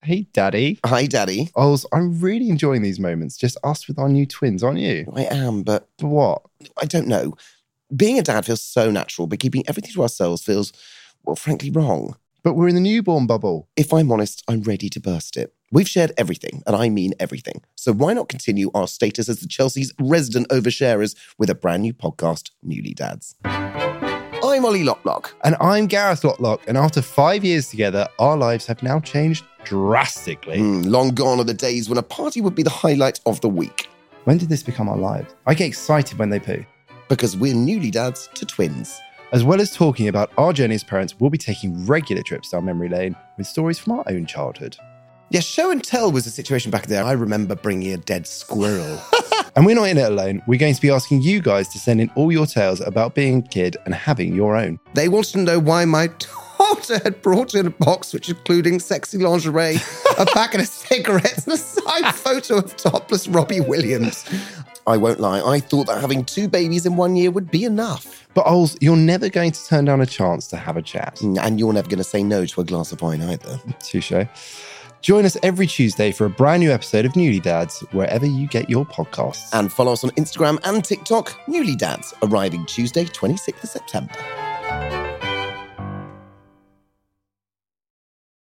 Hey, Daddy. Hi, Daddy. Oz, I'm really enjoying these moments, just us with our new twins, aren't you? I am, but But what? I don't know. Being a dad feels so natural, but keeping everything to ourselves feels, well, frankly, wrong. But we're in the newborn bubble. If I'm honest, I'm ready to burst it. We've shared everything, and I mean everything. So why not continue our status as the Chelsea's resident oversharers with a brand new podcast, Newly Dads? I'm Ollie Locklock. And I'm Gareth Lotlock, and after five years together, our lives have now changed drastically. Mm, long gone are the days when a party would be the highlight of the week, When did this become our lives? I get excited when they poo. because we're newly dads to twins. As well as talking about our journey as parents, we'll be taking regular trips down memory lane with stories from our own childhood. Yeah, show and tell was the situation back there. I remember bringing a dead squirrel. And we're not in it alone. We're going to be asking you guys to send in all your tales about being a kid and having your own. They wanted to know why my daughter had brought in a box which including sexy lingerie, a packet of cigarettes, and a signed photo of topless Robbie Williams. I won't lie, I thought that having two babies in one year would be enough. But Ols, you're never going to turn down a chance to have a chat. Mm, And you're never going to say no to a glass of wine either. Touche. Join us every Tuesday for a brand new episode of Newly Dads, wherever you get your podcasts. And follow us on Instagram and TikTok, Newly Dads, arriving Tuesday, 26th of September.